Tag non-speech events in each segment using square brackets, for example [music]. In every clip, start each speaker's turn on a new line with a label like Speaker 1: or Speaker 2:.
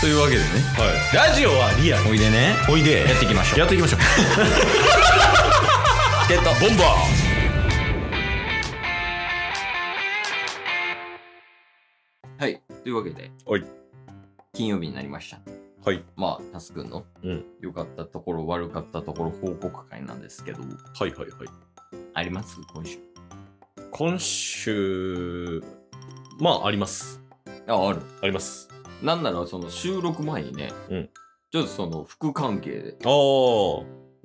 Speaker 1: というわけでね
Speaker 2: ラジオはリアル
Speaker 1: おいでね
Speaker 2: おいで
Speaker 1: やっていきましょう
Speaker 2: やってい
Speaker 1: [laughs]
Speaker 2: きましょう
Speaker 1: チケットボンバーはいというわけで
Speaker 2: はい
Speaker 1: 金曜日になりました
Speaker 2: はい
Speaker 1: まあタスくんの
Speaker 2: うん
Speaker 1: 良かったところ悪かったところ報告会なんですけど
Speaker 2: はいはいはい
Speaker 1: あります今週
Speaker 2: 今週まああります
Speaker 1: あある
Speaker 2: あります
Speaker 1: なんならその収録前にね、
Speaker 2: うん
Speaker 1: ちょっとその服関係で
Speaker 2: ああ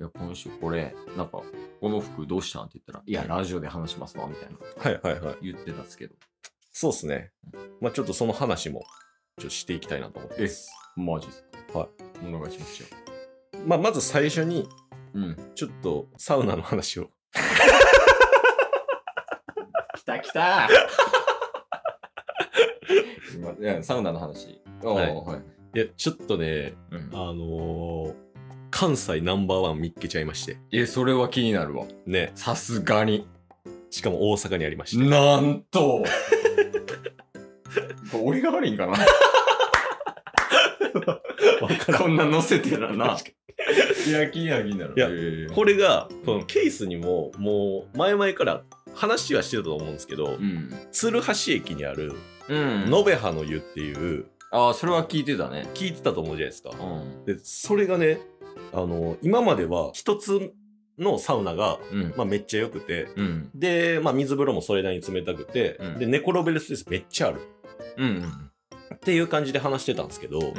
Speaker 1: いや、今週これ、なんか、この服どうしたんって言ったら、いや、ラジオで話しますわ、みたいな
Speaker 2: はいはいはい
Speaker 1: 言ってたんですけど。
Speaker 2: そうですねまあちょっとその話もちょっとしていきたいなと思ってます
Speaker 1: マジですか。
Speaker 2: はい
Speaker 1: お願いしますよ。
Speaker 2: まあまず最初に
Speaker 1: うん。
Speaker 2: ちょっとサウナの話を
Speaker 1: きたきた [laughs] 今いやサウナの話。お
Speaker 2: はい
Speaker 1: ーはい。
Speaker 2: いやちょっとね
Speaker 1: うん
Speaker 2: あのー、関西ナンバーワン見っけちゃいまして
Speaker 1: え、それは気になるわ。
Speaker 2: ね
Speaker 1: さすがに。
Speaker 2: しかも大阪にありまして
Speaker 1: なんとこれ俺が悪いんかなこんな載せてらな。いや、気になる気になる。
Speaker 2: いや
Speaker 1: えー
Speaker 2: これがこのケースにももう前々から話はしてたと思うんですけど、
Speaker 1: うん。
Speaker 2: 鶴橋駅にある
Speaker 1: うん。
Speaker 2: 延べ葉の湯っていう
Speaker 1: ああ、それは聞いてたね。
Speaker 2: 聞いてたと思うじゃないですか
Speaker 1: うん。
Speaker 2: でそれがねあの今までは一つのサウナが、
Speaker 1: うん。
Speaker 2: まあ、めっちゃ良くて
Speaker 1: うん。
Speaker 2: で、まあ、水風呂もそれなりに冷たくて、
Speaker 1: うん
Speaker 2: で寝転べるスペースめっちゃある
Speaker 1: うん。
Speaker 2: っていう感じで話してたんですけど、
Speaker 1: ん
Speaker 2: なんか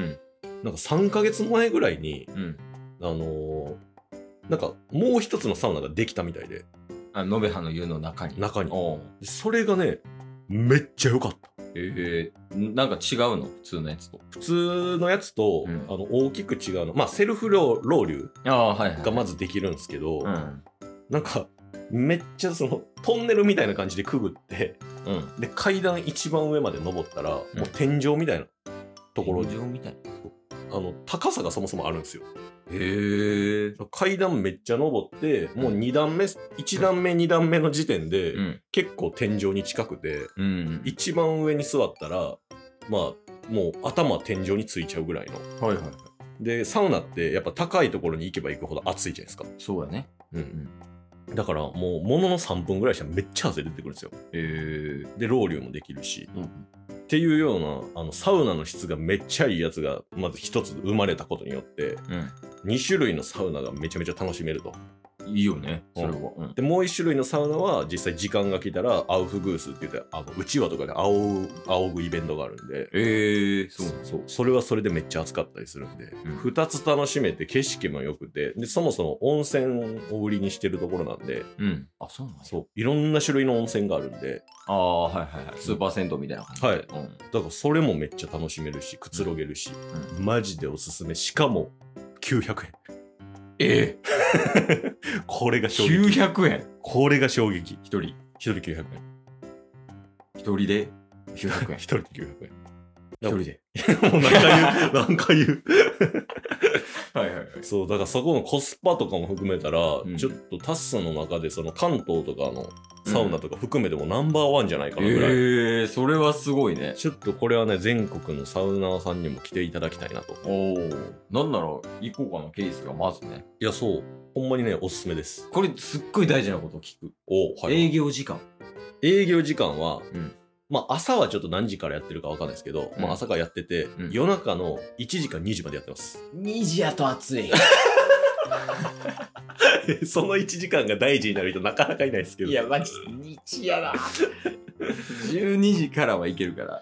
Speaker 2: 3ヶ月前ぐらいに
Speaker 1: うん。
Speaker 2: あのーなんかもう一つのサウナができたみたいで
Speaker 1: あ、延べ葉の湯の中に。
Speaker 2: 中に
Speaker 1: おう
Speaker 2: でそれがねめっちゃ良かった
Speaker 1: ええなんか違うの普通のやつと。
Speaker 2: 普通のやつと、
Speaker 1: うん
Speaker 2: あの大きく違うのまあセルフロウロウリュ
Speaker 1: ああ、はい、
Speaker 2: がま
Speaker 1: ず。
Speaker 2: ずできるんですけど、
Speaker 1: うん。
Speaker 2: なんかめっちゃそのトンネルみたいな感じでくぐって
Speaker 1: うん。
Speaker 2: で階段一番上まで登ったら、も
Speaker 1: ん
Speaker 2: う天井みたいなところ
Speaker 1: 天井みたいな。
Speaker 2: あの高さがそもそもあるんですよ
Speaker 1: へえ。
Speaker 2: 階段めっちゃ登ってもう2段目1段目2段目の時点で、
Speaker 1: うん。
Speaker 2: 結構天井に近くて
Speaker 1: うん。
Speaker 2: 一番上に座ったらまあもう頭天井についちゃうぐらいの
Speaker 1: はいはい。
Speaker 2: でサウナってやっぱ高いところに行けば行くほど暑いじゃないですか、
Speaker 1: そうやね。
Speaker 2: うんだからもうものの3分ぐらいしたらめっちゃ汗出てくるんですよ
Speaker 1: へえ。
Speaker 2: でロウリュもできるし
Speaker 1: うん。
Speaker 2: っていうようなあのサウナの質がめっちゃいいやつがまず一つ生まれたことによって2種類のサウナがめちゃめちゃ楽しめると
Speaker 1: いいよね、
Speaker 2: う
Speaker 1: それ
Speaker 2: ん
Speaker 1: は。うん。
Speaker 2: でもう一種類のサウナは実際時間が来たらアウフグースって言ってあのうちわとかで仰ぐ仰ぐイベントがあるんで
Speaker 1: ええそう。
Speaker 2: そうそれはそれでめっちゃ暑かったりするんで、
Speaker 1: ん
Speaker 2: 2つ楽しめて景色も良くてでそもそも温泉を売りにしてるところなんで
Speaker 1: うん。あ、そうなんや
Speaker 2: そういろんな種類の温泉があるんで
Speaker 1: ああ、はいはいはい。スーパー銭湯みたいな感じで。
Speaker 2: はい
Speaker 1: うん。
Speaker 2: だからそれもめっちゃ楽しめるしくつろげるし、マジでおすすめしかも900円
Speaker 1: ええ
Speaker 2: [laughs] これが衝撃
Speaker 1: 900円
Speaker 2: これが衝撃
Speaker 1: 一人。
Speaker 2: 1人900
Speaker 1: 一人で900
Speaker 2: 円
Speaker 1: 円
Speaker 2: 1。人で900円
Speaker 1: 一人で。
Speaker 2: もう何回言う [laughs] 何回言う
Speaker 1: [laughs] はいはいはい。
Speaker 2: そうだからそこのコスパとかも含めたら、
Speaker 1: ん
Speaker 2: ちょっとタッスの中でその関東とかのサウナとか含めてもナンバーワンじゃないかなぐらい、
Speaker 1: ええそれはすごいね。
Speaker 2: ちょっとこれはね全国のサウナーさんにも来ていただきたいなと
Speaker 1: おお。なんなら、行こうかな、ケースがまずね。
Speaker 2: いやそうほんまにねおすすめです
Speaker 1: これ、すっごい大事なことを聞く。
Speaker 2: おは
Speaker 1: 営
Speaker 2: い
Speaker 1: 業時間。
Speaker 2: 営業時間は、
Speaker 1: うん
Speaker 2: まあ朝はちょっと何時からやってるかわかんないですけど、
Speaker 1: うん
Speaker 2: まあ朝からやってて、
Speaker 1: うん
Speaker 2: 夜中の1時から2時までやってます
Speaker 1: 2時やと暑い。
Speaker 2: [laughs] その1時間が大事になる人なかなかいないですけどいや、
Speaker 1: マジ、2時や [laughs] な。12時からはいけるから。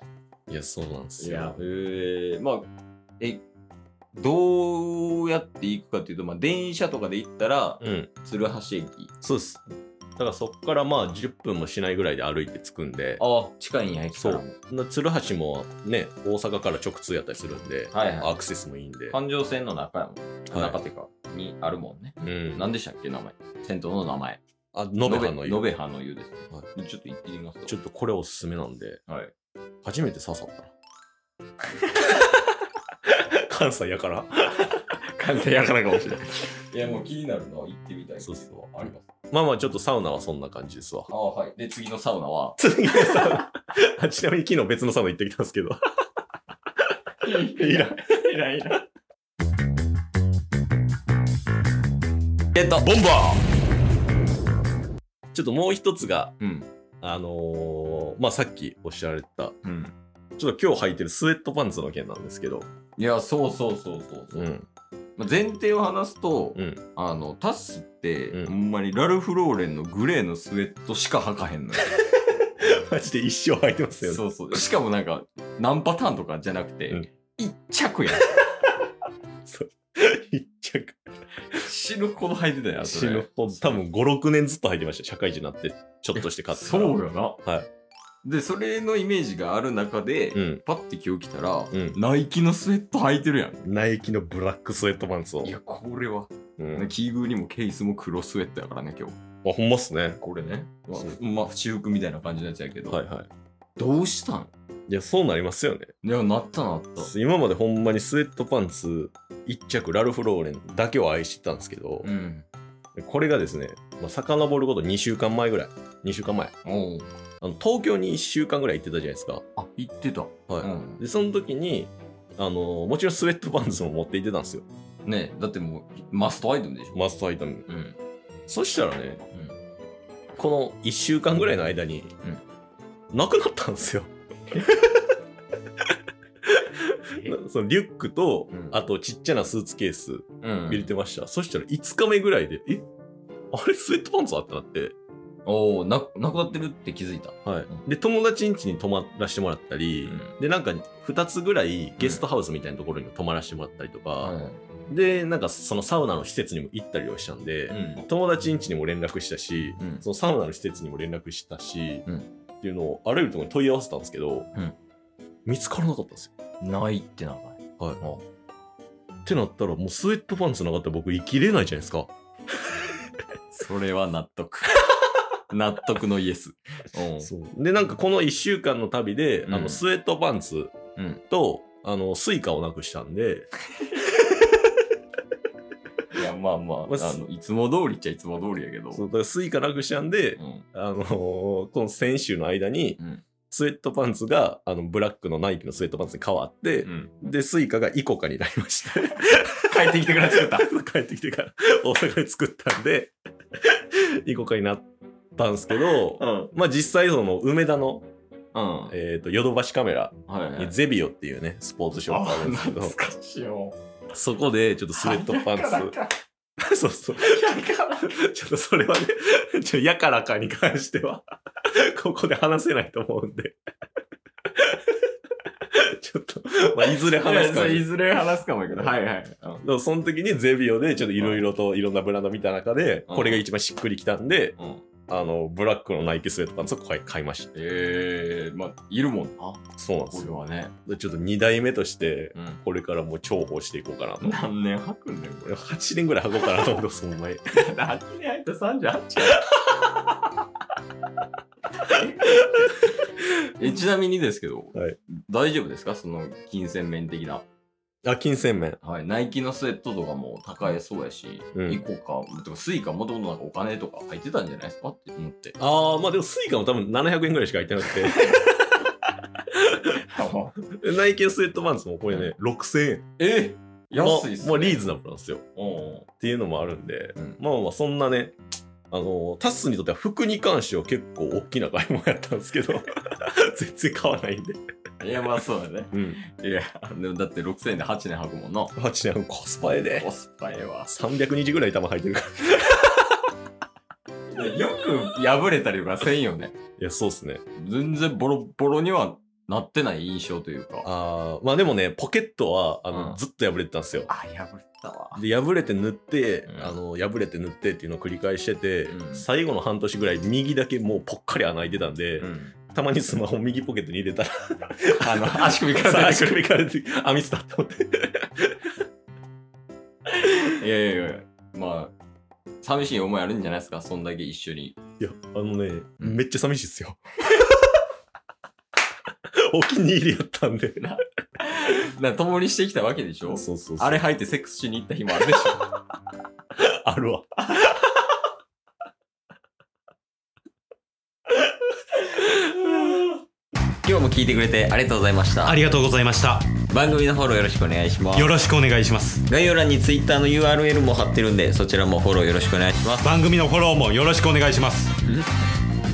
Speaker 2: そうなんですよ
Speaker 1: へえまあ、え、どうやって行くかっていうと、まあ、電車とかで行ったら、
Speaker 2: うん
Speaker 1: 鶴橋駅。
Speaker 2: そうですだからそっからまあ10分もしないぐらいで歩いて着くんで
Speaker 1: ああ、近いんや、駅からも。
Speaker 2: な鶴橋もね大阪から直通やったりするんで、
Speaker 1: はいはい
Speaker 2: アクセスもいいんで、
Speaker 1: 環状線の中やもん。
Speaker 2: はい
Speaker 1: 中手か。にあるもんね。
Speaker 2: うん、
Speaker 1: 何でしたっけ、名前。銭湯の名前。
Speaker 2: あ延べ葉の湯
Speaker 1: 延べ葉の湯ですね。
Speaker 2: は
Speaker 1: ちょっと行ってみます
Speaker 2: ちょっとこれおすすめなんで、
Speaker 1: はい
Speaker 2: 初めて刺さ [laughs] ったな関西やから
Speaker 1: 完全やからかもしれない。 [laughs] いや、もう気になるのは行ってみたいっていうのはあります。
Speaker 2: まあまあちょっとサウナはそんな感
Speaker 1: [laughs]
Speaker 2: じですわ
Speaker 1: ああ、はい。で、次のサウナは、
Speaker 2: 次のサウナあちなみに昨日別のサウナ行ってきたんですけど [laughs] いらん。
Speaker 1: いらんいらん。ゲット
Speaker 2: ボンバーちょっともう一つが、
Speaker 1: うん。
Speaker 2: あのーまあ、さっきおっしゃられた、
Speaker 1: うん。
Speaker 2: ちょっと今日履いてるスウェットパンツの件なんですけど、
Speaker 1: いや、そうそうそうそうそう。
Speaker 2: うん。
Speaker 1: まあ前提を話すと、
Speaker 2: うん。
Speaker 1: あの、タスって、
Speaker 2: うん
Speaker 1: ほんまにラルフ・ローレンのグレーのスウェットしか履かへん
Speaker 2: [laughs]
Speaker 1: のよ。
Speaker 2: マジで一生履いてますよね。
Speaker 1: そうそう。しかもなんか、何パターンとかじゃなく
Speaker 2: う
Speaker 1: て
Speaker 2: ん、
Speaker 1: 一、着
Speaker 2: [laughs]
Speaker 1: やん。
Speaker 2: そう。一着。
Speaker 1: 死ぬほど履いてたよ、そ
Speaker 2: 死
Speaker 1: れ
Speaker 2: ぬほど、多分5、6年ずっと履いてました。社会人になって、ちょっとして買ってから。
Speaker 1: そうよな。。
Speaker 2: はい
Speaker 1: で、それのイメージがある中で、
Speaker 2: うん。
Speaker 1: パッて今日来たら、
Speaker 2: ん
Speaker 1: ナイキのスウェット履いてるや
Speaker 2: ナイキのブラックスウェットパンツを。
Speaker 1: ん。いや、これは。
Speaker 2: うん、
Speaker 1: キーグーにもケースも黒スウェットやからね、今日。
Speaker 2: あ、ほんまっすね。
Speaker 1: これね。ま
Speaker 2: そう
Speaker 1: あ、まあ、私服みたいな感じのやつやけど、
Speaker 2: はいはい。
Speaker 1: どうしたん
Speaker 2: いや、そうなりますよね。
Speaker 1: いや、なったなった。
Speaker 2: 今までほんまにスウェットパンツ一着ラルフ・ローレンだけを愛してたんですけど、
Speaker 1: うん。
Speaker 2: これがですね、まあ、遡ること2週間前ぐらい2週間前
Speaker 1: おう
Speaker 2: あの東京に1週間ぐらい行ってたじゃないですか、
Speaker 1: あ、言ってた。
Speaker 2: はい
Speaker 1: うん
Speaker 2: でその時にあのもちろんスウェットパンツも持って行ってたんですよ
Speaker 1: ねだってもう、マストアイテムでしょ。
Speaker 2: マストアイテム
Speaker 1: うん。
Speaker 2: そしたらねこの1週間ぐらいの間に、なくなったんですよそのリュックと、
Speaker 1: うん
Speaker 2: あとちっちゃなスーツケース
Speaker 1: うん。う
Speaker 2: 入れ
Speaker 1: ん。
Speaker 2: てました、そしたら5日目ぐらいでえあれスウェットパンツあってなって、
Speaker 1: おおな、なくなってるって気づいた。
Speaker 2: はい
Speaker 1: ん
Speaker 2: で友達ん家に泊まらせてもらったり、
Speaker 1: うん
Speaker 2: でなんか2つぐらいゲストハウスみたいなところにも泊まらせてもらったりとか、
Speaker 1: う
Speaker 2: でなんかそのサウナの施設にも行ったりはしたんで、
Speaker 1: ん。
Speaker 2: 友達ん家にも連絡したし、
Speaker 1: うん
Speaker 2: そのサウナの施設にも連絡したし、
Speaker 1: うん
Speaker 2: っていうのをあらゆるところに問い合わせたんですけど、
Speaker 1: うん
Speaker 2: 見つからなかったんですよ。
Speaker 1: うん。ないってなかい。
Speaker 2: はい
Speaker 1: お
Speaker 2: ってなったらもうスウェットパンツなかったら僕生きれないじゃないですか。
Speaker 1: それは納 [laughs] 得。納得のイエス。う
Speaker 2: でなんかこの1週間の旅で、
Speaker 1: うん
Speaker 2: あのスウェットパンツ
Speaker 1: うん
Speaker 2: と、あのスイカをなくしたんで
Speaker 1: ん。いや、まあまあ、あ
Speaker 2: まあ
Speaker 1: の、いつも通りっちゃいつも通りやけど。
Speaker 2: そうだからスイカなくしたんで、
Speaker 1: うん。
Speaker 2: あのーこの先週の間に、
Speaker 1: うん
Speaker 2: スウェットパンツがあのブラックのナイキのスウェットパンツに変わって
Speaker 1: う、ん。
Speaker 2: でスイカがイコカになりました
Speaker 1: 帰ってきてくれって言った。
Speaker 2: [laughs] 帰ってきてから大阪で作ったんでイコカになったんですけど、
Speaker 1: うん。
Speaker 2: まあ実際その梅田の、
Speaker 1: うん。
Speaker 2: えー、とヨドバシカメラ
Speaker 1: はい、
Speaker 2: にゼビオっていうねスポーツショップあるんですけど
Speaker 1: かしいよ。
Speaker 2: そこでちょっとスウェットパ
Speaker 1: [laughs]
Speaker 2: ンツそうそうちょっとそれはねちょやからかに関してはここで話せないと思うんでちょっと、まあ、いずれ話すかもしれない
Speaker 1: いずれ話すかもやけど。はいはい。
Speaker 2: だからその時にゼビオでちょっといろいろといろんなブランド見た中で、
Speaker 1: うん
Speaker 2: これが一番しっくりきたんで、
Speaker 1: うん。うん、
Speaker 2: あの、ブラックのナイキスウェットパンツを買い買いまし
Speaker 1: ええー、まあ、いるもんな。
Speaker 2: た。そうなんです
Speaker 1: 俺
Speaker 2: よ。
Speaker 1: はね。
Speaker 2: でちょっと2代目として、
Speaker 1: うん。
Speaker 2: これからもう重宝していこうかなと。
Speaker 1: 何年履くんだよ、これ。
Speaker 2: 8年ぐらい履こうかなと思ってます、ほん
Speaker 1: [laughs]
Speaker 2: まに。
Speaker 1: 8年入った38や。 [laughs] えちなみにですけど、
Speaker 2: はい
Speaker 1: 大丈夫ですかその金銭面的な、
Speaker 2: あ、金銭面。
Speaker 1: はい、ナイキのスウェットとかも高えそうやし、
Speaker 2: うん
Speaker 1: イコか、とかスイカもともとなんかお金とか入ってたんじゃないですかって思って。
Speaker 2: ああ、まあでもスイカも多分700円ぐらいしか入ってな
Speaker 1: [laughs]
Speaker 2: くて、ナイキのスウェットパンツもこれね、6000円。
Speaker 1: え安いっす、ね。
Speaker 2: もうリーズナブルなんですよ。
Speaker 1: うん
Speaker 2: っていうのもあるんで、
Speaker 1: うん
Speaker 2: まあまあそんなねあのタスにとっては服に関しては結構大きな買い物やったんですけど [laughs] 全然買わないんで、
Speaker 1: いや、まあそうだね。
Speaker 2: うん、
Speaker 1: いや、でもだって6000円で8年履くもんな。
Speaker 2: 8年コスパえで
Speaker 1: コスパええわ。
Speaker 2: 300日ぐらい玉入ってるからい
Speaker 1: よく破れたりとかせんよね。
Speaker 2: やそうっすね
Speaker 1: 全然ボロボロにはなってない印象というか。
Speaker 2: あーまあでもねポケットはあの、
Speaker 1: うん
Speaker 2: ずっと破れてたんですよ
Speaker 1: あ、破れたわ。
Speaker 2: で破れて塗って、
Speaker 1: うん
Speaker 2: あの破れて塗ってっていうのを繰り返してて、
Speaker 1: うん
Speaker 2: 最後の半年ぐらい右だけもうぽっかり穴開いてたんで、
Speaker 1: うん。
Speaker 2: たまにスマホ右ポケットに入れたら
Speaker 1: あ [laughs] の、足首から出
Speaker 2: 足
Speaker 1: てくる。
Speaker 2: 首から出てアミスだって思って
Speaker 1: いやいやいや、まあ、寂しい思いあるんじゃないですか、そんだけ一緒に。
Speaker 2: いや、あのね、
Speaker 1: うん
Speaker 2: めっちゃ寂しいっすよ。 [laughs] お気に入りやったんで。
Speaker 1: な共にしてきたわけでしょ
Speaker 2: そうそうそう
Speaker 1: あれ履いてセックスしに行った日もあるでしょ
Speaker 2: あるわ。
Speaker 1: [laughs] 今日日も聞いてくれてありがとうございました
Speaker 3: ありがとうございました
Speaker 1: 番組のフォローよろしくお願いします
Speaker 3: よろしくお願いします
Speaker 1: 概要欄に Twitter の URL も貼ってるんでそちらもフォローよろしくお願いします
Speaker 3: 番組のフォローもよろしくお願いします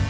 Speaker 3: す